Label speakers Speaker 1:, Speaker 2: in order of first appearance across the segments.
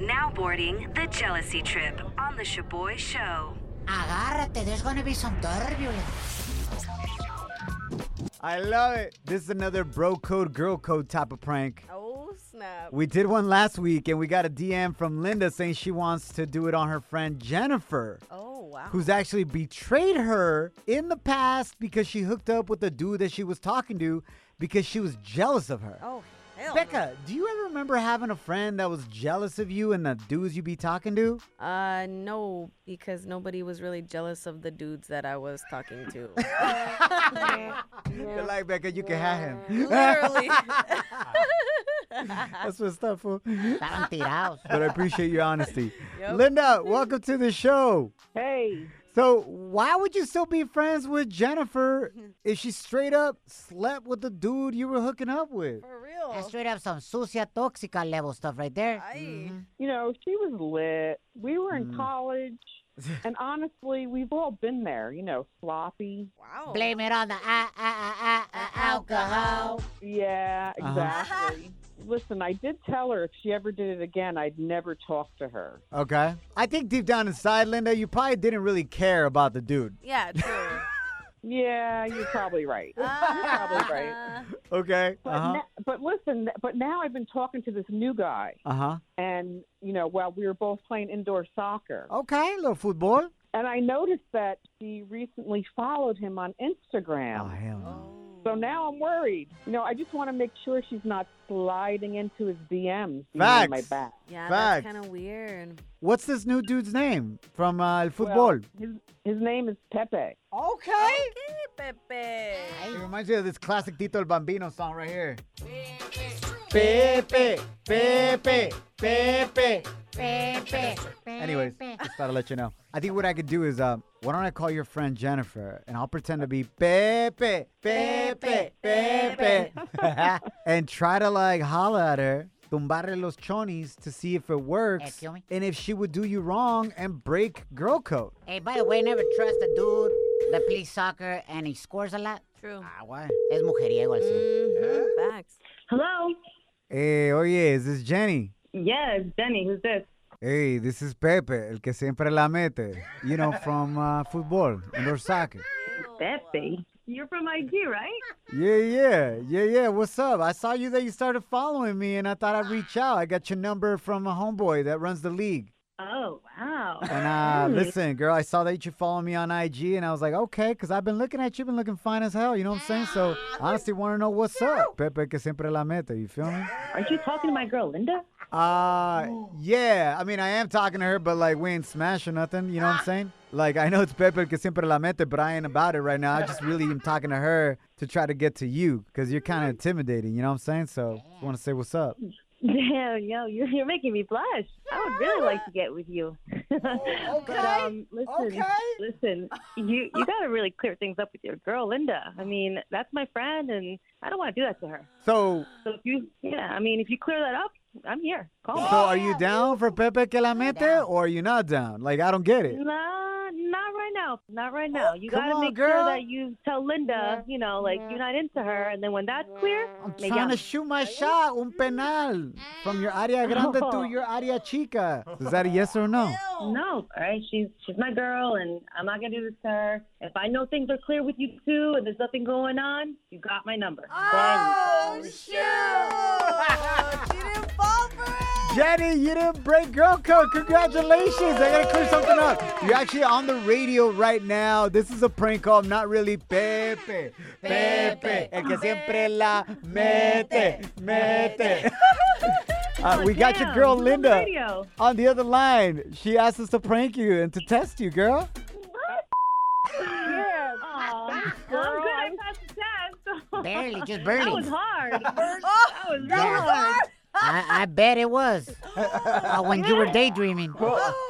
Speaker 1: Now boarding the jealousy trip on the Shaboy Show.
Speaker 2: Agárrate, there's gonna be some turbulence.
Speaker 3: I love it. This is another bro code, girl code type of prank.
Speaker 4: Oh, snap.
Speaker 3: We did one last week and we got a DM from Linda saying she wants to do it on her friend Jennifer.
Speaker 4: Oh, wow.
Speaker 3: who's actually betrayed her in the past because she hooked up with the dude that she was talking to because she was jealous of her.
Speaker 4: Oh, hell.
Speaker 3: Becca, do you ever remember having a friend that was jealous of you and the dudes you be talking to?
Speaker 4: no. Uh, no, because nobody was really jealous of the dudes that I was talking to.
Speaker 3: You're like, Becca, you can have him.
Speaker 4: Literally.
Speaker 3: That's what's up, fool. But
Speaker 2: Estaban tirados.
Speaker 3: I appreciate your honesty.
Speaker 4: Yep.
Speaker 3: Linda, welcome to the show.
Speaker 5: Hey,
Speaker 3: So, why would you still be friends with Jennifer if she straight up slept with the dude you were hooking up with?
Speaker 4: For
Speaker 2: That's
Speaker 4: real.
Speaker 2: straight up some sucia, toxica level stuff right there.
Speaker 4: Ay.
Speaker 5: you know, she was lit. We were in
Speaker 3: Mm.
Speaker 5: college. And honestly, we've all been there, you know, sloppy.
Speaker 4: Wow. Uh-huh.
Speaker 2: Blame it on the ah, ah, ah, ah, ah, alcohol.
Speaker 5: Yeah,
Speaker 3: Uh-huh.
Speaker 5: exactly. Listen, I did tell her if she ever did it again, I'd never talk to her.
Speaker 3: Okay. I think deep down inside, Linda, you probably didn't really care about the dude.
Speaker 4: Yeah, true.
Speaker 5: Yeah, you're probably right. You're
Speaker 4: Uh-huh.
Speaker 5: probably right.
Speaker 4: Uh,
Speaker 3: Okay.
Speaker 5: But, na- but listen, but now I've been talking to this new guy,
Speaker 3: uh huh.
Speaker 5: and, you know, while we were both playing indoor soccer,
Speaker 3: Okay, little football.
Speaker 5: and I noticed that she recently followed him on Instagram.
Speaker 3: Oh hell no.
Speaker 5: So now I'm worried. You know, I just want to make sure she's not sliding into his DMs behind my
Speaker 3: Facts.
Speaker 5: back.
Speaker 4: yeah,
Speaker 3: Facts.
Speaker 4: that's kind of weird.
Speaker 3: What's this new dude's name from uh, El
Speaker 5: Well,
Speaker 3: Football?
Speaker 5: his, his name is Pepe.
Speaker 3: okay.
Speaker 4: Okay, Pepe.
Speaker 3: It reminds me of this classic Tito el Bambino song right here. Pepe, Pepe, Pepe.
Speaker 2: Pepe.
Speaker 3: Anyways, just thought I'd let you know. I think what I could do is, um, why don't I call your friend Jennifer and I'll pretend to be Pepe, Pepe, Pepe, and try to like holla at her, tumbarle los chonis to see if it works
Speaker 2: Excuse me?
Speaker 3: and if she would do you wrong and break girl code.
Speaker 2: Hey, by the way, never trust a dude that plays soccer and he scores a lot.
Speaker 4: True.
Speaker 3: Ah, why?
Speaker 2: Es mujeriego al cien.
Speaker 4: Mhm,
Speaker 2: Mm-hmm.
Speaker 4: Facts.
Speaker 6: Hello.
Speaker 3: Hey, Eh, oye, is this Jenny?
Speaker 6: Yes, Jenny. Who's this?
Speaker 3: Hey, this is Pepe, el que siempre la mete, you know, from uh, football, indoor soccer.
Speaker 6: Betsy. You're from IG, right?
Speaker 3: Yeah, yeah, yeah, yeah. What's up? I saw you that you started following me, and I thought I'd reach out. I got your number from a homeboy that runs the league.
Speaker 6: Oh, wow.
Speaker 3: And uh,
Speaker 6: Hmm.
Speaker 3: listen, girl, I saw that you follow me on IG, and I was like, okay, because I've been looking at you, been looking fine as hell. You know what I'm saying? So, honestly, want to know what's up, Pepe, que siempre la mete. You feel me?
Speaker 6: Are you talking to my girl, Linda?
Speaker 3: Uh, yeah. I mean, I am talking to her, but like, we ain't smashing nothing. You know what I'm saying? Like, I know it's Pepe el que siempre la mete, but I ain't about it right now. I just really am talking to her to try to get to you because you're kind of intimidating. You know what I'm saying? So, want to say what's up.
Speaker 6: Damn, yo, you're, you're making me blush. I would really like to get with you.
Speaker 3: Oh,
Speaker 6: But, um, listen, listen, you you got to really clear things up with your girl, Linda. I mean, that's my friend, and I don't want to do that to her.
Speaker 3: So,
Speaker 6: So if you, yeah, I mean, if you clear that up, I'm here. Call me.
Speaker 3: so are you down for Pepe que la mete,
Speaker 2: down.
Speaker 3: or are you not down? Like, I don't get it.
Speaker 6: Nah, not right now. Not right now. You
Speaker 3: come
Speaker 6: gotta
Speaker 3: on,
Speaker 6: make
Speaker 3: girl.
Speaker 6: sure that you tell Linda, you know, like you're not into her, and then when that's clear,
Speaker 3: I'm
Speaker 6: maybe
Speaker 3: trying
Speaker 6: I'll-
Speaker 3: to shoot my shot, un penal, from your área grande to your área chica. Is that a yes or no?
Speaker 6: No, all right. She's she's my girl, and I'm not gonna do this to her. If I know things are clear with you two, and there's nothing going on, you got my number. Oh,
Speaker 4: She didn't fall for it.
Speaker 3: Jenny, you didn't break girl code. Congratulations. I gotta clear something up. You're actually on the radio right now. This is a prank call. I'm not really Pepe. Pepe. El que siempre la mete. Mete. Uh, we got your girl Linda
Speaker 6: Radio.
Speaker 3: on the other line. She asked us to prank you and to test you, girl.
Speaker 5: Yeah,
Speaker 6: Aw, I'm good. I passed the test.
Speaker 2: Barely, just
Speaker 6: Mm. that
Speaker 2: barely.
Speaker 3: Oh.
Speaker 6: was hard. that was
Speaker 3: Yeah.
Speaker 6: hard.
Speaker 2: I, I bet it was uh, when you were daydreaming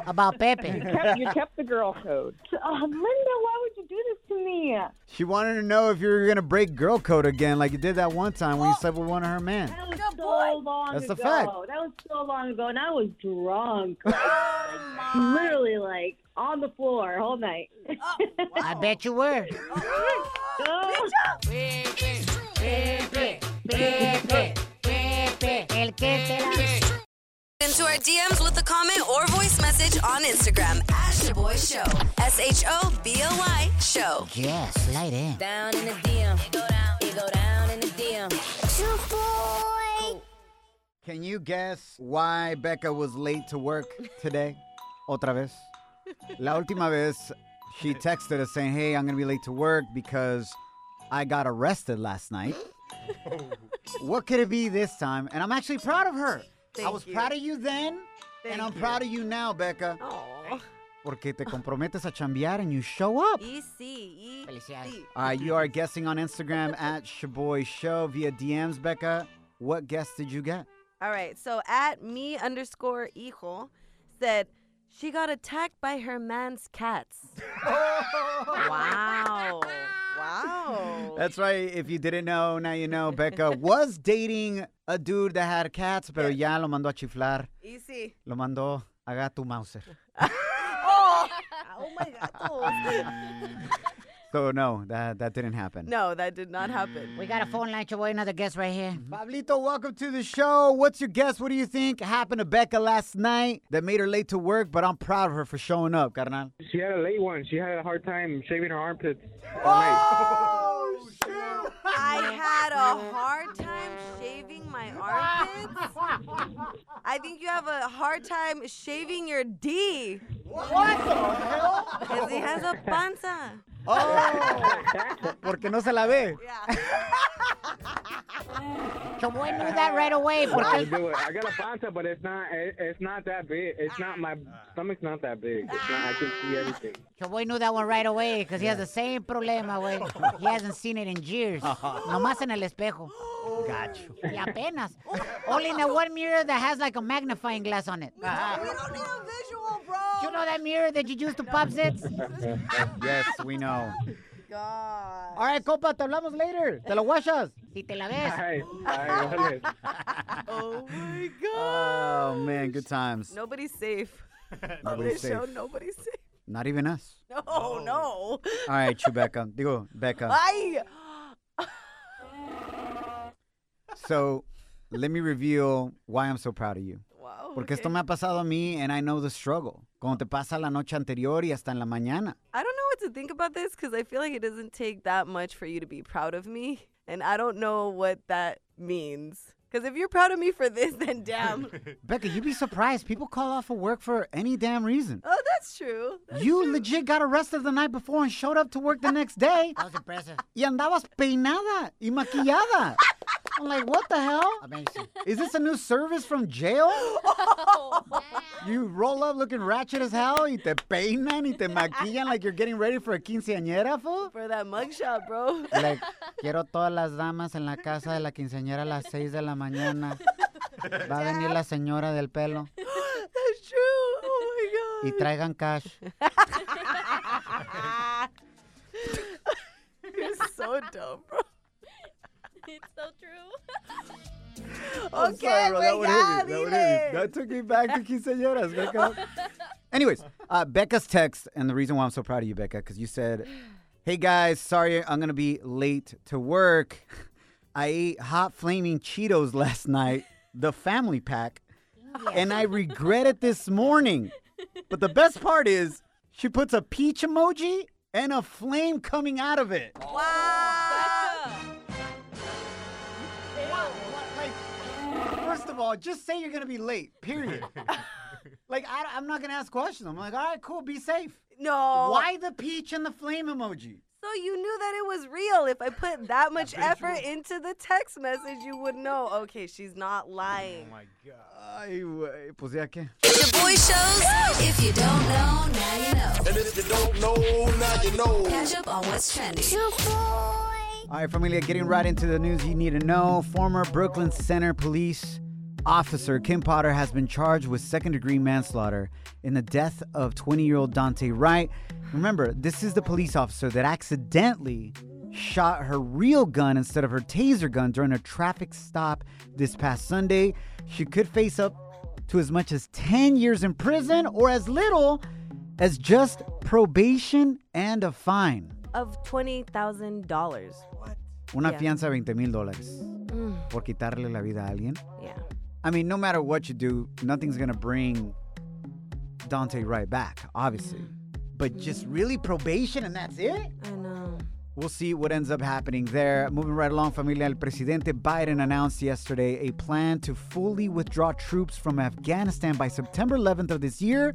Speaker 2: about Pepe.
Speaker 5: Kept- you kept the girl code.
Speaker 6: Oh, Linda, why would you do this to me?
Speaker 3: She wanted to know if you were gonna break girl code again, like you did that one time when you slept with one of her men.
Speaker 6: That was
Speaker 7: Good
Speaker 6: so
Speaker 7: boy.
Speaker 6: long
Speaker 3: That's a
Speaker 6: ago.
Speaker 3: fact.
Speaker 6: That was so long ago, and I was drunk. Like, literally, like on the floor whole night.
Speaker 2: I bet you were.
Speaker 6: Oh,
Speaker 2: El que te la-
Speaker 1: Into our DMs with a comment or voice message on Instagram at Shaboy Show. S H O B O Y Show.
Speaker 2: Yes, light in.
Speaker 1: Down in the DM. You go down. You go down in the DM.
Speaker 3: Can you guess why Becca was late to work today? Otra vez. La última vez, she texted us saying, Hey, I'm going to be late to work because I got arrested last night. what could it be this time? And I'm actually proud of her. I
Speaker 4: Thank
Speaker 3: was
Speaker 4: you.
Speaker 3: proud of you then, and I'm proud of you now, Becca.
Speaker 4: Oh,
Speaker 3: Porque te comprometes a chambear and you show up.
Speaker 4: E easy.
Speaker 2: Felicidades.
Speaker 3: All right, you are guessing on Instagram at Shaboy Show via DMs, Becca. What guess did you get?
Speaker 4: All right. So at me underscore hijo said she got attacked by her man's cats. wow. Wow.
Speaker 3: That's right. If you didn't know, now you know. Becca was dating a dude that had cats, pero ya lo mandó a chiflar.
Speaker 1: E
Speaker 4: easy.
Speaker 3: Lo mandó a Gato Mauser.
Speaker 4: Oh my god.
Speaker 3: So, no, that, that didn't happen.
Speaker 4: no, that did not happen.
Speaker 2: We got a phone line, your boy. Another guest right here.
Speaker 3: Mm-hmm. Pablito, welcome to the show. What's your guess? What do you think happened to Becca last night that made her late to work? But I'm proud of her for showing up, carnal.
Speaker 8: She had a late one. She had a hard time shaving her armpits all night.
Speaker 4: I had a hard time shaving my armpits. I think you have a hard time shaving your D. What the hell? Because he has a panza.
Speaker 3: Oh, porque no se la ve.
Speaker 2: Your boy knew that right away.
Speaker 8: I
Speaker 2: Porque
Speaker 8: do it. I got a panza, but it's not. It, it's not that big. It's not my stomach's not that big. It's not, I can see everything.
Speaker 2: your boy knew that one right away because he has the same problema, güey. He hasn't seen it in years. Nomás en el espejo.
Speaker 3: Got you.
Speaker 2: Y apenas. Only in the one mirror that has like a magnifying glass on it.
Speaker 7: We don't need a visual, bro.
Speaker 2: You know that mirror that you use to pop zits?
Speaker 3: Yes, we know. God. All right, compa, te hablamos later. Te lo guachas.
Speaker 2: Si te la ves.
Speaker 8: Hi, hi, what is-
Speaker 4: Oh my god.
Speaker 3: Oh, man, good times.
Speaker 4: Nobody's safe.
Speaker 3: Nobody's
Speaker 4: this show,
Speaker 3: safe.
Speaker 4: nobody's safe.
Speaker 3: Not even us.
Speaker 4: No, no.
Speaker 3: All right, Chewbacca. Digo, Becca.
Speaker 4: I.
Speaker 3: So, let me reveal why I'm so proud of you.
Speaker 4: Wow.
Speaker 3: Porque
Speaker 4: okay.
Speaker 3: esto me ha pasado a mí, and I know the struggle. Cuando te pasa la noche anterior y hasta en la mañana.
Speaker 4: I don't know what to think about this because I feel like it doesn't take that much for you to be proud of me. And I don't know what that means. Because if you're proud of me for this, then damn.
Speaker 3: Becca, you'd be surprised. People call off of work for any damn reason.
Speaker 4: oh, that's true.
Speaker 3: You legit got arrested the night before and showed up to work the next day.
Speaker 2: That was impressive.
Speaker 3: Y andabas peinada y maquillada. I'm like, what the hell?
Speaker 2: Amazing.
Speaker 3: Is this a new service from jail? you roll up looking ratchet as hell, y te peinan, y te maquillan like you're getting ready for a quinceañera, fool.
Speaker 4: For that mugshot, bro.
Speaker 3: Like, quiero todas las damas en la casa de la quinceañera a las 6 de la mañana. Va a venir la señora del pelo
Speaker 4: that's true. Oh my
Speaker 3: y traigan cash.
Speaker 4: God. You're so dumb, bro.
Speaker 7: It's so true.
Speaker 4: Okay, güey, ya, dile.
Speaker 3: took me back to quinceañeras, Becca. Anyways, uh, Becca's text, and the reason why I'm so proud of you, Becca, because you said, hey guys, sorry I'm going to be late to work. I ate hot flaming Cheetos last night, the family pack, and I regret it this morning. But the best part is, she puts a peach emoji and a flame coming out of it.
Speaker 4: Ah!
Speaker 3: Like, first of all, just say you're gonna be late. Period. like, I, I'm not gonna ask questions. I'm like, all right, cool, be safe.
Speaker 4: No.
Speaker 3: Why the peach and the flame emoji?
Speaker 4: So you knew that it was real. If I put that much effort into the text message, you would know. Okay, she's not lying.
Speaker 3: Ay, güey, pues ya qué.
Speaker 1: Shaboy Shows. If you don't know, now you know.
Speaker 9: And if you don't know, now you know.
Speaker 1: Catch up on what's trending.
Speaker 3: All right, familia, getting right into the news you need to know. Former Brooklyn Center police officer Kim Potter has been charged with second degree manslaughter in the death of 20 year old Dante Wright. Remember, this is the police officer that accidentally shot her real gun instead of her taser gun during a traffic stop this past Sunday. She could face up to as much as 10 years in prison or as little as just probation and a fine.
Speaker 4: Of $20,000.
Speaker 3: Una
Speaker 4: Yeah.
Speaker 3: fianza de 20 mil dólares
Speaker 4: Mm.
Speaker 3: por quitarle la vida a alguien.
Speaker 4: Yeah.
Speaker 3: I mean, no matter what you do, nothing's gonna bring Dante right back, obviously. But just really probation and that's it?
Speaker 4: I know.
Speaker 3: We'll see what ends up happening there. Moving right along, familia, el presidente Biden announced yesterday a plan to fully withdraw troops from Afghanistan by September 11th of this year.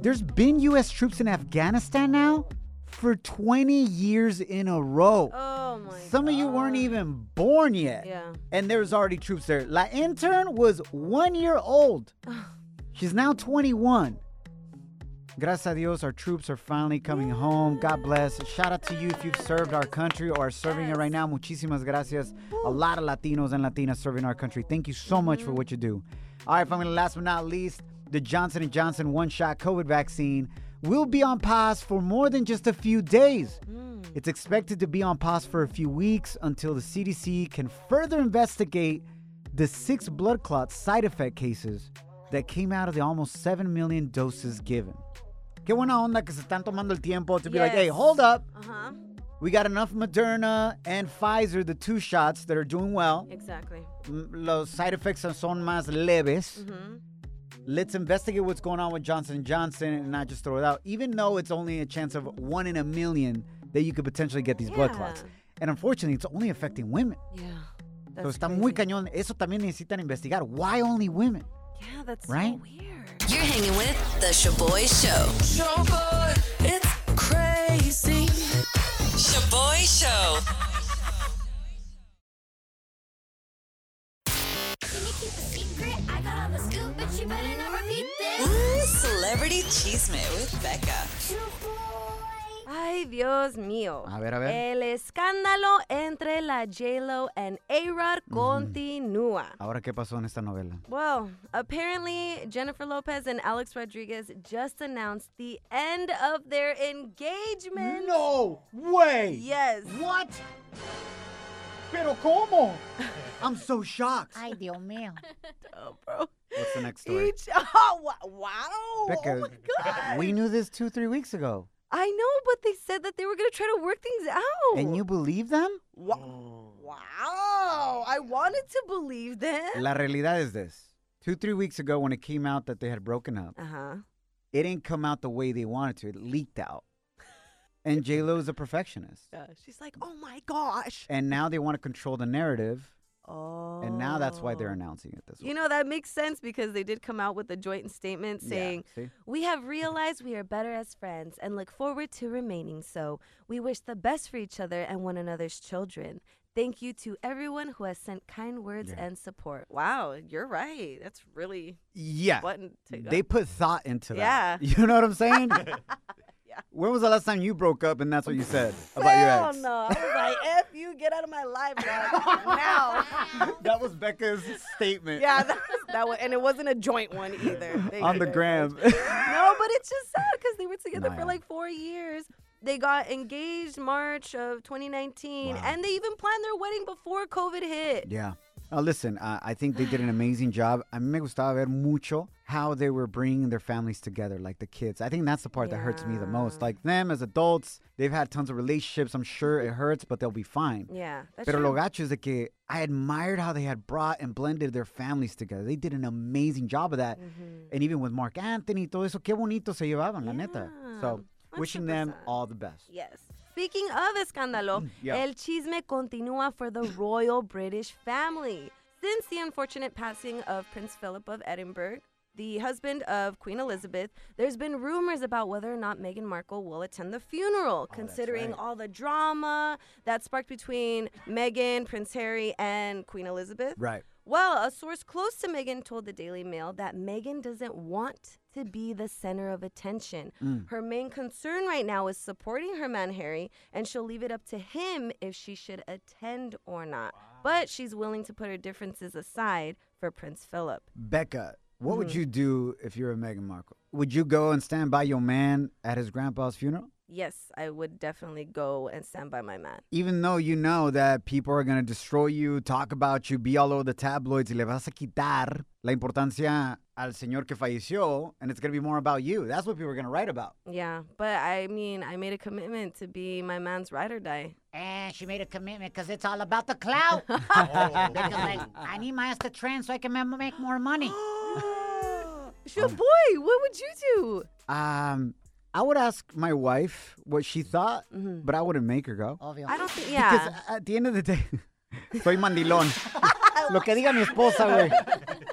Speaker 3: There's been U.S. troops in Afghanistan now for 20 years in a row.
Speaker 4: Oh my.
Speaker 3: Some of you weren't even born yet.
Speaker 4: Yeah.
Speaker 3: And there's already troops there. La intern was one year old. She's now 21. Gracias a Dios, our troops are finally coming home. God bless. Shout out to you if you've served our country or are serving it right now. Muchísimas gracias. A lot of Latinos and Latinas serving our country. Thank you so much
Speaker 4: Mm-hmm.
Speaker 3: for what you do. All right, family. Last but not least, the Johnson and Johnson one-shot COVID vaccine will be on pause for more than just a few days. Mm. It's expected to be on pause for a few weeks until the CDC can further investigate the six blood clot side effect cases that came out of the almost 7 million doses given. Qué buena onda que se están tomando el tiempo to be like, hey,
Speaker 4: Yes.
Speaker 3: hold up.
Speaker 4: Uh huh.
Speaker 3: We got enough Moderna and Pfizer, the two shots that are doing well.
Speaker 4: Exactly.
Speaker 3: M- Los side effects son- son más leves.
Speaker 4: Mhm.
Speaker 3: Let's investigate what's going on with Johnson & Johnson and not just throw it out, even though it's only a chance of one in a million that you could potentially get these blood clots.
Speaker 4: Yeah.
Speaker 3: And unfortunately, it's only affecting women.
Speaker 4: Yeah.
Speaker 3: so
Speaker 4: That's
Speaker 3: está muy
Speaker 4: crazy.
Speaker 3: cañón. Eso también necesitan investigar. Why only women?
Speaker 4: Yeah, that's
Speaker 3: Right?
Speaker 4: so weird.
Speaker 1: You're hanging with The Shaboy Show. Shaboy, it's crazy. Shaboy Show. Ooh, Celebrity Cheesemate with Becca.
Speaker 4: Ay, Dios mío.
Speaker 3: A ver, a ver.
Speaker 4: El escándalo entre la J-Lo and A-Rod
Speaker 3: Mm-hmm.
Speaker 4: continúa.
Speaker 3: Ahora, ¿qué pasó en esta novela?
Speaker 4: Well, apparently Jennifer Lopez and Alex Rodriguez just announced the end of their engagement.
Speaker 3: No way.
Speaker 4: Yes.
Speaker 3: What? Pero cómo? I'm so shocked.
Speaker 2: Ay, Dios mío.
Speaker 3: What's the next story?
Speaker 4: Each. Oh, wa- wow.
Speaker 3: Becca,
Speaker 4: oh my God.
Speaker 3: we knew this two, three weeks ago,
Speaker 4: I know, but they said that they were going to try to work things out.
Speaker 3: and you believe them?
Speaker 4: Wa-
Speaker 3: Oh.
Speaker 4: Wow. I wanted to believe them.
Speaker 3: La realidad is this: two, three weeks ago, when it came out that they had broken up,
Speaker 4: Uh huh.
Speaker 3: it didn't come out the way they wanted to. It leaked out, and J Lo is a perfectionist,
Speaker 4: She's like, oh my gosh.
Speaker 3: and now they want to control the narrative,
Speaker 4: Oh.
Speaker 3: and now that's why they're announcing it this way.
Speaker 4: You know, that makes sense because they did come out with a joint statement
Speaker 3: Yeah,
Speaker 4: saying,
Speaker 3: see?
Speaker 4: We have realized we are better as friends and look forward to remaining so. We wish the best for each other and one another's children. Thank you to everyone who has sent kind words
Speaker 3: Yeah.
Speaker 4: and support. Wow, you're right. That's really
Speaker 3: Yeah.
Speaker 4: button to
Speaker 3: They put thought into that.
Speaker 4: Yeah.
Speaker 3: You know what I'm saying? When was the last time you broke up and that's what you said about your ex?
Speaker 4: no. I was like, F you, get out of my life right now.
Speaker 3: That was Becca's statement
Speaker 4: yeah, that was, that was, and it wasn't a joint one either. Thank
Speaker 3: on
Speaker 4: you
Speaker 3: the
Speaker 4: very
Speaker 3: gram.
Speaker 4: no, but it's just sad because they were together
Speaker 3: No,
Speaker 4: for
Speaker 3: yeah.
Speaker 4: like four years. They got engaged March of 2019,
Speaker 3: Wow.
Speaker 4: and they even planned their wedding before COVID hit.
Speaker 3: yeah. Uh, listen, uh, I think they did an amazing job. A mí me gustaba ver mucho how they were bringing their families together, like the kids. I think that's the part that hurts me the most.
Speaker 4: Yeah.
Speaker 3: Like them as adults, they've had tons of relationships. I'm sure it hurts, but they'll be fine.
Speaker 4: Yeah, that's
Speaker 3: Pero
Speaker 4: true.
Speaker 3: lo gacho es de que I admired how they had brought and blended their families together. They did an amazing job of that.
Speaker 4: Mm-hmm.
Speaker 3: And even with Mark Anthony, todo eso, qué bonito se llevaban, la neta. So,
Speaker 4: Yeah,
Speaker 3: wishing them
Speaker 4: 100%.
Speaker 3: all the best.
Speaker 4: Yes. Speaking of escándalo,
Speaker 3: Yeah.
Speaker 4: el chisme continúa for the royal British family. Since the unfortunate passing of Prince Philip of Edinburgh, the husband of Queen Elizabeth, there's been rumors about whether or not Meghan Markle will attend the funeral, considering all the drama that sparked between Meghan, Prince Harry, and Queen Elizabeth.
Speaker 3: Right.
Speaker 4: Well, a source close to Megan told the Daily Mail that Megan doesn't want to be the center of attention.
Speaker 3: Mm.
Speaker 4: Her main concern right now is supporting her man Harry, and she'll leave it up to him if she should attend or not. but she's willing to put her differences aside for Prince Philip.
Speaker 3: Becca, what would you do if you were Meghan Markle? Would you go and stand by your man at his grandpa's funeral?
Speaker 4: Yes, I would definitely go and stand by my man.
Speaker 3: Even though you know that people are going to destroy you, talk about you, be all over the tabloids, y le vas a quitar la importancia al señor que falleció, and it's going to be more about you. That's what people are going to write about.
Speaker 4: Yeah, but I mean, I made a commitment to be my man's ride or die.
Speaker 2: And she made a commitment because it's all about the clout.
Speaker 3: Oh.
Speaker 2: Because, like, I need my ass to trend so I can ma- make more money.
Speaker 3: Oh.
Speaker 4: Sure, boy, what would you do?
Speaker 3: Um, I would ask my wife what she thought, but I wouldn't make her go.
Speaker 2: Obvio.
Speaker 4: I don't think, yeah.
Speaker 3: Because at the end of the day, soy mandilón. Lo que diga mi esposa, güey.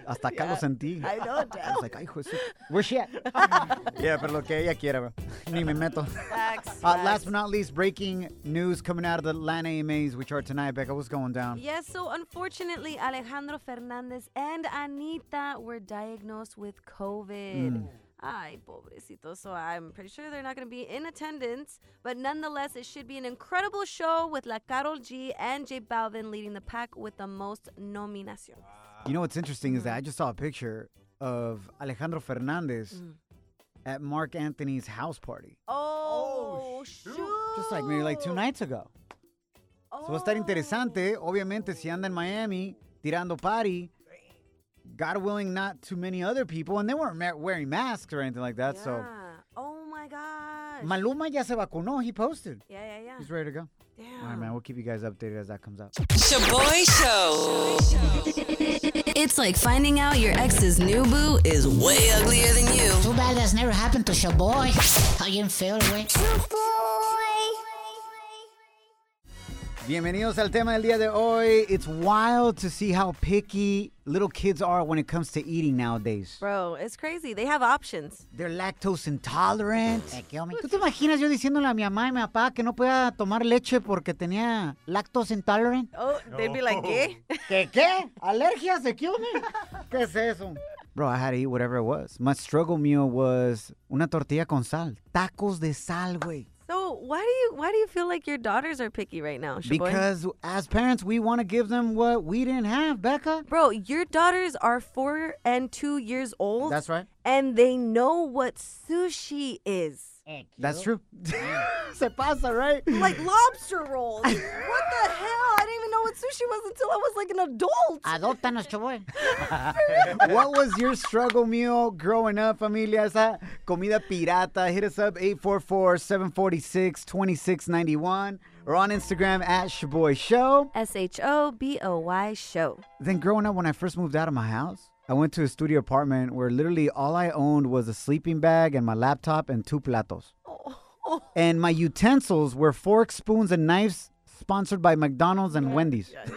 Speaker 3: Hasta acá lo sentí. I know, I was like, ay, Jesús. Where's she at? yeah, pero lo que ella quiera, güey. Ni me meto.
Speaker 4: Facts,
Speaker 3: Uh, last
Speaker 4: facts.
Speaker 3: but not least, breaking news coming out of the LAN AMAs, which are tonight. Becca, what's going down?
Speaker 4: Yes, so unfortunately, Alejandro Fernandez and Anita were diagnosed with COVID. Ay, pobrecito. So I'm pretty sure they're not going to be in attendance. But nonetheless, it should be an incredible show with La Carol G and J Balvin leading the pack with the most nominations.
Speaker 3: You know what's interesting is that I just saw a picture of Alejandro Fernandez at Mark Anthony's house party.
Speaker 4: Oh, shoot.
Speaker 3: Just like maybe like two nights ago. So va a estar interesante. Obviamente, si anda en Miami tirando party, God willing, not too many other people. And they weren't ma- wearing masks or anything like that. So
Speaker 4: Yeah. Oh my gosh.
Speaker 3: Maluma ya se vacunó. He posted.
Speaker 4: yeah, yeah, yeah.
Speaker 3: He's ready to go. All right,
Speaker 4: Damn.
Speaker 3: man. We'll keep you guys updated as that comes out.
Speaker 10: Shaboy Show.
Speaker 1: It's like finding out your ex's new boo is way uglier than you.
Speaker 2: Too bad that's never happened to your boy. How you feel, güey?
Speaker 3: Bienvenidos al tema del día de hoy. It's wild to see how picky little kids are when it comes to eating nowadays.
Speaker 4: Bro, it's crazy. They have options.
Speaker 3: They're lactose intolerant.
Speaker 2: Te quedo, mi-
Speaker 3: ¿Tú te imaginas yo diciéndole a mi mamá y mi papá que no podía tomar leche porque tenía lactose intolerant?
Speaker 4: Oh, they'd be like, eh?
Speaker 3: ¿Qué qué? ¿Alergias de qué hombre? ¿Qué es eso? Bro, I had to eat whatever it was. My struggle meal was Pues, una tortilla con sal. Tacos de sal, güey.
Speaker 4: So why do you why do you feel like your daughters are picky right now, Shaboy?
Speaker 3: Because as parents, we want to give them what we didn't have, Becca.
Speaker 4: Bro, your daughters are four and two years old.
Speaker 3: That's right.
Speaker 4: And they know what sushi is.
Speaker 2: Eh,
Speaker 3: That's true. Se pasa, right?
Speaker 4: Like lobster rolls. what the hell? I didn't even know what sushi was until I was like an adult.
Speaker 2: Adóptanos, chaboy.
Speaker 3: what was your struggle meal growing up, familia? Esa comida pirata. Hit us up 844-746-2691 or on Instagram at Shaboy Show.
Speaker 4: S H O B O Y show.
Speaker 3: Then growing up, when I first moved out of my house, I went to a studio apartment where literally all I owned was a sleeping bag and my laptop and two platos. And my utensils were forks, spoons, and knives sponsored by McDonald's and Wendy's.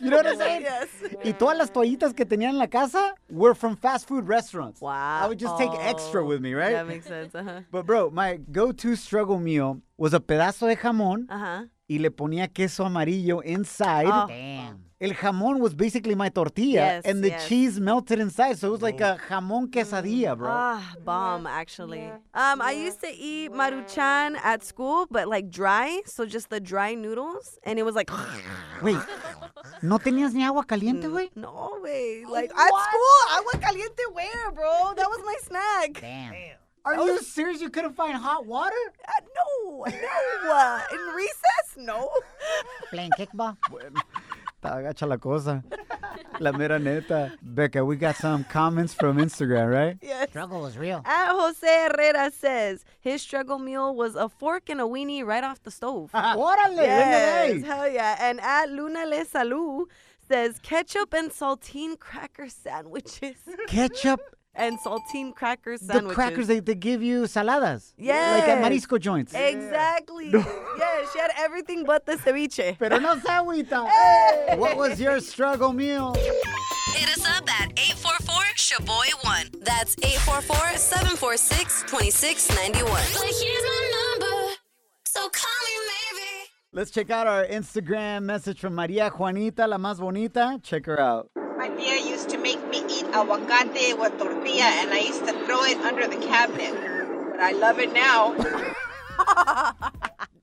Speaker 3: you know what I'm saying?
Speaker 4: Yes.
Speaker 3: Y todas las toallitas que tenía en la casa were from fast food restaurants.
Speaker 4: Wow.
Speaker 3: I would just take extra with me, right?
Speaker 4: That makes sense. Uh huh.
Speaker 3: but bro, my go-to struggle meal was a pedazo de jamón
Speaker 4: Uh huh.
Speaker 3: y le ponía queso amarillo inside.
Speaker 4: Oh.
Speaker 2: Damn.
Speaker 3: El jamón was basically my tortilla,
Speaker 4: Yes,
Speaker 3: and the
Speaker 4: yes.
Speaker 3: cheese melted inside, so it was like a jamón quesadilla, bro.
Speaker 4: Ah, bomb actually. um, I used to eat maruchan at school, but like dry, so just the dry noodles, and it was like
Speaker 3: Wait,
Speaker 4: Ah.
Speaker 3: ¿no tenías ni agua caliente,
Speaker 2: Mm.
Speaker 3: güey?
Speaker 4: no way. Like at school, agua caliente where, bro? That was my snack.
Speaker 2: Damn.
Speaker 3: Are you serious? You couldn't find hot water?
Speaker 4: Uh, no, no. Uh, in recess, no.
Speaker 2: Playing kickball.
Speaker 3: Agacha la cosa. La mera neta. Becca, we got some comments from Instagram, right?
Speaker 4: yes.
Speaker 2: Struggle was real.
Speaker 4: At Jose Herrera says his struggle meal was a fork and a weenie right off the stove.
Speaker 3: Ah, Órale, venga
Speaker 4: Yes,
Speaker 3: de ahí.
Speaker 4: hell yeah. And at Luna Le Salud says ketchup and saltine cracker sandwiches.
Speaker 3: Ketchup,
Speaker 4: and saltine cracker sandwiches.
Speaker 3: the crackers they, they give you saladas. Like at
Speaker 4: Yes.
Speaker 3: marisco joints.
Speaker 4: Exactly. yeah, she had everything but the ceviche.
Speaker 3: Pero no se agüita. What was your struggle meal?
Speaker 1: Hit us up at 844-SHABOY1. That's 844-746-2691. But here's my number, so call me maybe.
Speaker 3: Let's check out our Instagram message from Maria Juanita, la más bonita. Check her out.
Speaker 11: My tia used to make me eat aguacate with tortilla, and I used to throw it under the cabinet. But I love it now.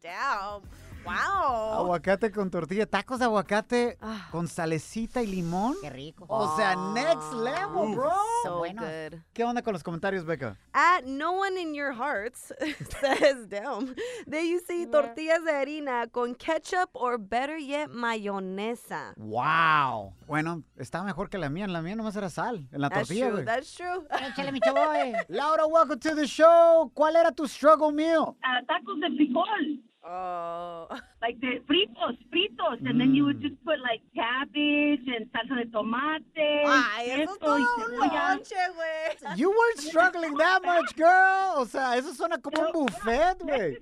Speaker 4: Damn. Wow.
Speaker 3: Aguacate con tortilla, tacos de aguacate con salecita y limón.
Speaker 2: Qué rico.
Speaker 3: O sea, next level, bro.
Speaker 4: So good.
Speaker 3: ¿Qué onda con los comentarios, Beca?
Speaker 4: At no one in your hearts says, damn, they you see tortillas de harina con ketchup or better yet, mayonesa.
Speaker 3: Wow. Bueno, está mejor que la mía. En la mía nomás era sal. En la
Speaker 4: That's
Speaker 3: tortilla,
Speaker 4: true,
Speaker 3: güey.
Speaker 4: that's true.
Speaker 2: Pues, Échale, mi chavoy.
Speaker 3: Laura, welcome to the show. ¿Cuál era tu struggle meal?
Speaker 12: uh, tacos de frijol.
Speaker 4: Oh.
Speaker 12: Like the fritos, fritos. And then you would just put like cabbage and salsa de tomate.
Speaker 4: Ay, eso es
Speaker 12: queso y
Speaker 4: todo un
Speaker 12: cebolla.
Speaker 4: lonche, güey.
Speaker 3: You weren't struggling that much, girl. O sea, eso suena como un buffet, güey.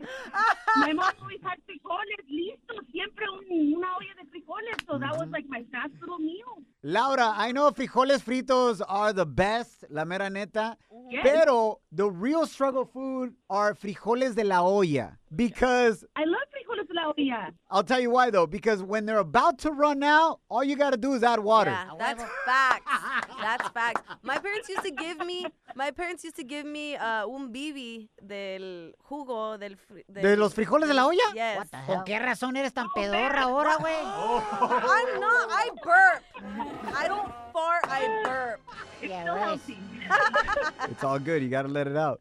Speaker 12: my mom always had frijoles listos, siempre un, una olla de frijoles. So that was like my fast little meal.
Speaker 3: Laura, I know frijoles fritos are the best, la mera neta.
Speaker 12: Yes.
Speaker 3: Pero the real struggle food are frijoles de la olla. Because
Speaker 12: I love frijoles de la olla.
Speaker 3: I'll tell you why though, because when they're about to run out, all you gotta do is add water.
Speaker 4: Yeah, that's facts. That's facts. My parents used to give me, my parents used to give me uh, un bibi del jugo del, fri- del
Speaker 3: ¿De los frijoles de la olla?
Speaker 4: Yes.
Speaker 2: What the hell? ¿Con qué razón eres tan pedorra ahora, güey?
Speaker 4: I'm not. I burp. I don't fart. I burp.
Speaker 2: Yeah, güey.
Speaker 3: It's all good, you gotta let it out.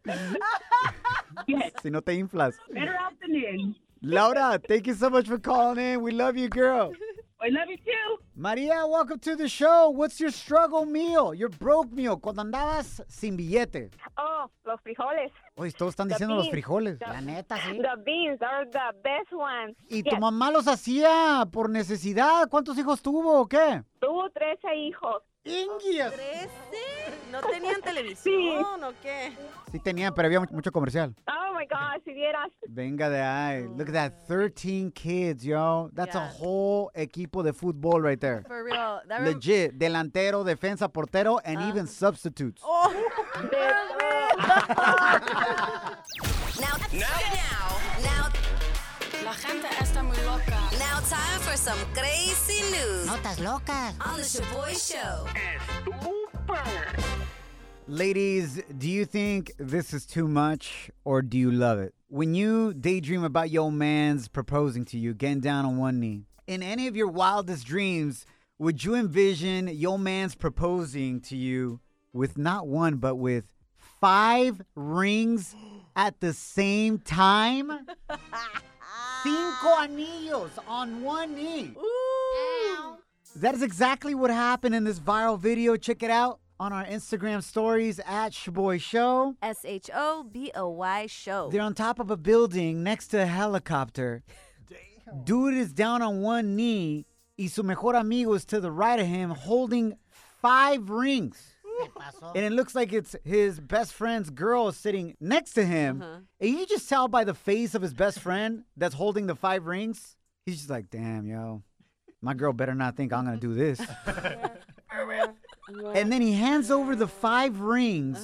Speaker 3: si no te inflas.
Speaker 12: Better out than in.
Speaker 3: Laura, thank you so much for calling in. We love you, girl.
Speaker 12: I love you too.
Speaker 3: Maria, welcome to the show. What's your struggle meal? Your broke meal. Cuando andabas sin billete.
Speaker 13: Oh, los frijoles.
Speaker 3: Oye, todos están
Speaker 13: The
Speaker 3: diciendo los
Speaker 13: beans.
Speaker 3: frijoles.
Speaker 13: The-
Speaker 2: La neta, sí.
Speaker 13: The beans are the best ones.
Speaker 3: ¿Y
Speaker 13: Yes.
Speaker 3: tu mamá los hacía por necesidad? ¿Cuántos hijos tuvo o qué?
Speaker 13: Tuvo 13 hijos.
Speaker 3: ¡Indias!
Speaker 4: ¿Trece? ¿No tenían televisión o qué?
Speaker 3: Sí tenían, pero había mu- mucho comercial.
Speaker 13: Oh my God, si vieras.
Speaker 3: Venga de ahí. Look at that, 13 kids, yo. That's a
Speaker 4: Yeah.
Speaker 3: whole equipo de fútbol right there.
Speaker 4: For real. That rem-
Speaker 3: Legit, delantero, defensa, portero, and even substitutes.
Speaker 4: Oh,
Speaker 1: Now, now, now, now. La gente está muy loca. Now, time for some crazy news
Speaker 2: Notas locas.
Speaker 1: on the Shaboy Show.
Speaker 3: Ladies, do you think this is too much or do you love it? When you daydream about your man's proposing to you, getting down on one knee, in any of your wildest dreams, would you envision your man's proposing to you with not one, but with five rings at the same time? Cinco anillos on one knee. That is exactly what happened in this viral video. Check it out on our Instagram stories at Shaboy Show.
Speaker 4: S H O B O Y show.
Speaker 3: They're on top of a building next to a helicopter. Dude is down on one knee. Y su mejor amigo is to the right of him holding five rings.
Speaker 2: ¿Qué pasó?
Speaker 3: And it looks like it's his best friend's girl sitting next to him.
Speaker 4: Uh-huh.
Speaker 3: And you just tell by the face of his best friend that's holding the five rings. He's just like, damn, yo, my girl better not think I'm going to do this.
Speaker 4: Uh-huh.
Speaker 3: and then he hands over the five rings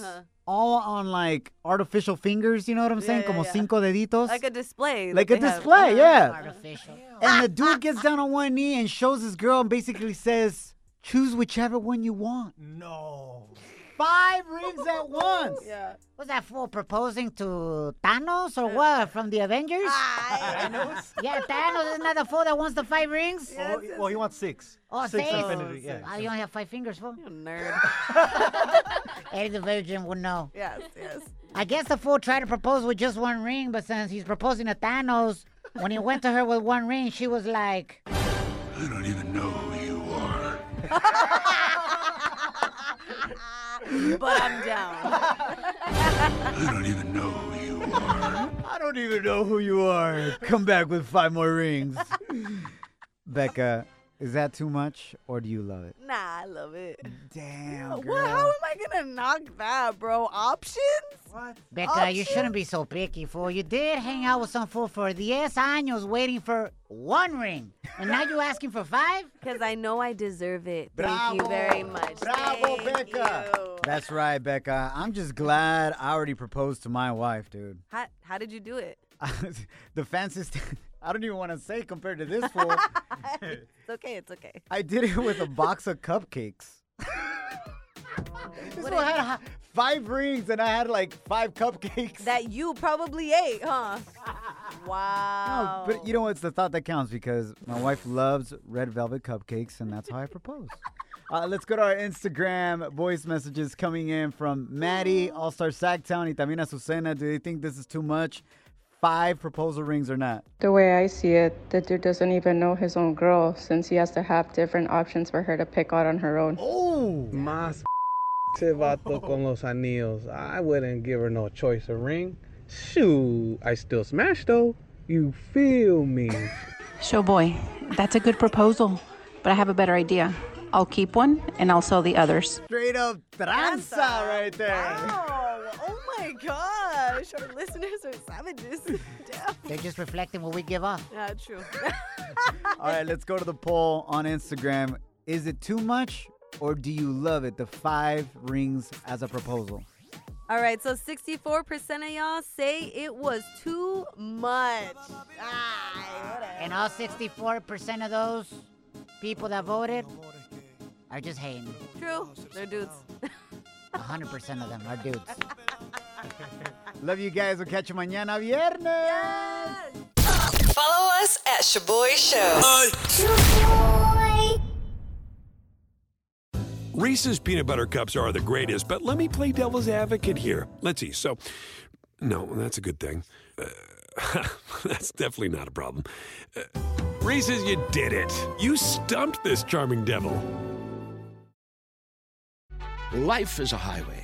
Speaker 3: all on like artificial fingers, you know what I'm saying?
Speaker 4: Uh-huh. yeah,
Speaker 3: Como
Speaker 4: yeah.
Speaker 3: cinco deditos.
Speaker 4: Like a display.
Speaker 3: Like
Speaker 4: that
Speaker 3: a
Speaker 4: they have. Uh-huh.
Speaker 3: display, yeah.
Speaker 2: Artificial.
Speaker 3: And the dude gets down on one knee and shows his girl and basically says, choose whichever one you want.
Speaker 14: No.
Speaker 3: Five rings at once.
Speaker 4: Yeah.
Speaker 2: Was that fool proposing to Thanos
Speaker 4: Uh,
Speaker 2: or what? From the Avengers?
Speaker 4: Ah, eh.
Speaker 14: Thanos?
Speaker 2: Yeah, Thanos isn't that the fool that wants the five rings?
Speaker 14: Oh, he- well, he wants six.
Speaker 2: Oh,
Speaker 14: six
Speaker 2: six.
Speaker 14: infinity. Yeah.
Speaker 2: Oh, you only have five fingers, fool.
Speaker 4: You nerd.
Speaker 2: Eddie the Virgin would know.
Speaker 4: yes, yes.
Speaker 2: I guess the fool tried to propose with just one ring, but since he's proposing to Thanos, when he went to her with one ring, she was like,
Speaker 9: I don't even know who you are.
Speaker 4: But I'm down.
Speaker 9: I don't even know who you are.
Speaker 3: I don't even know who you are. Come back with five more rings. Becca, is that too much or do you love it?
Speaker 4: Nah, I love it.
Speaker 3: Damn.
Speaker 4: What? How am I gonna knock that, bro? Options?
Speaker 2: Becca, you shouldn't be so picky, fool. You did hang out with some fool for 10 años waiting for one ring, and now you asking for five?
Speaker 4: Because I know I deserve it. Thank
Speaker 3: Bravo.
Speaker 4: you very much.
Speaker 3: Bravo,
Speaker 4: Thank
Speaker 3: Becca.
Speaker 4: you.
Speaker 3: That's right, Becca. I'm just glad I already proposed to my wife, dude.
Speaker 4: How, how did you do it?
Speaker 3: the fanciest. I don't even want to say compared to this fool.
Speaker 4: It's okay. It's okay.
Speaker 3: I did it with a box of cupcakes. this
Speaker 4: What
Speaker 3: fool
Speaker 4: a-
Speaker 3: had hi- five rings and I had like five cupcakes.
Speaker 4: That you probably ate, huh? Wow.
Speaker 3: Oh, But you know, it's the thought that counts because my wife loves red velvet cupcakes, and that's how I propose. Uh, let's go to our Instagram voice messages coming in from Maddie, All Star Sacktown, y también Azucena. Do they think this is too much? Five proposal rings or not?
Speaker 15: The way I see it, the dude doesn't even know his own girl since he has to have different options for her to pick out on her own.
Speaker 3: Oh!
Speaker 16: Más ese vato con los anillos. I wouldn't give her no choice of ring. Shoot, I still smash though. You feel me?
Speaker 17: Show boy, that's a good proposal, but I have a better idea. I'll keep one and I'll sell the others.
Speaker 3: Straight up tranza right there.
Speaker 4: Wow. Oh my gosh. Our listeners are savages. Damn.
Speaker 2: They're just reflecting what we give off.
Speaker 4: Yeah, true.
Speaker 3: All right, let's go to the poll on Instagram. Is it too much or do you love it? The five rings as a proposal.
Speaker 4: All right, so 64% of y'all say it was too much. Ay, whatever.
Speaker 2: And all 64% of those people that voted are just hating.
Speaker 4: True. They're dudes.
Speaker 2: 100% of them are dudes.
Speaker 3: Love you guys. We'll catch you mañana viernes.
Speaker 10: Follow us at Shaboy Show.
Speaker 18: Reese's peanut butter cups are the greatest, but let me play devil's advocate here. Let's see. So, no, that's a good thing. Uh, that's definitely not a problem. Uh, Reese's, you did it. You stumped this charming devil.
Speaker 19: Life is a highway,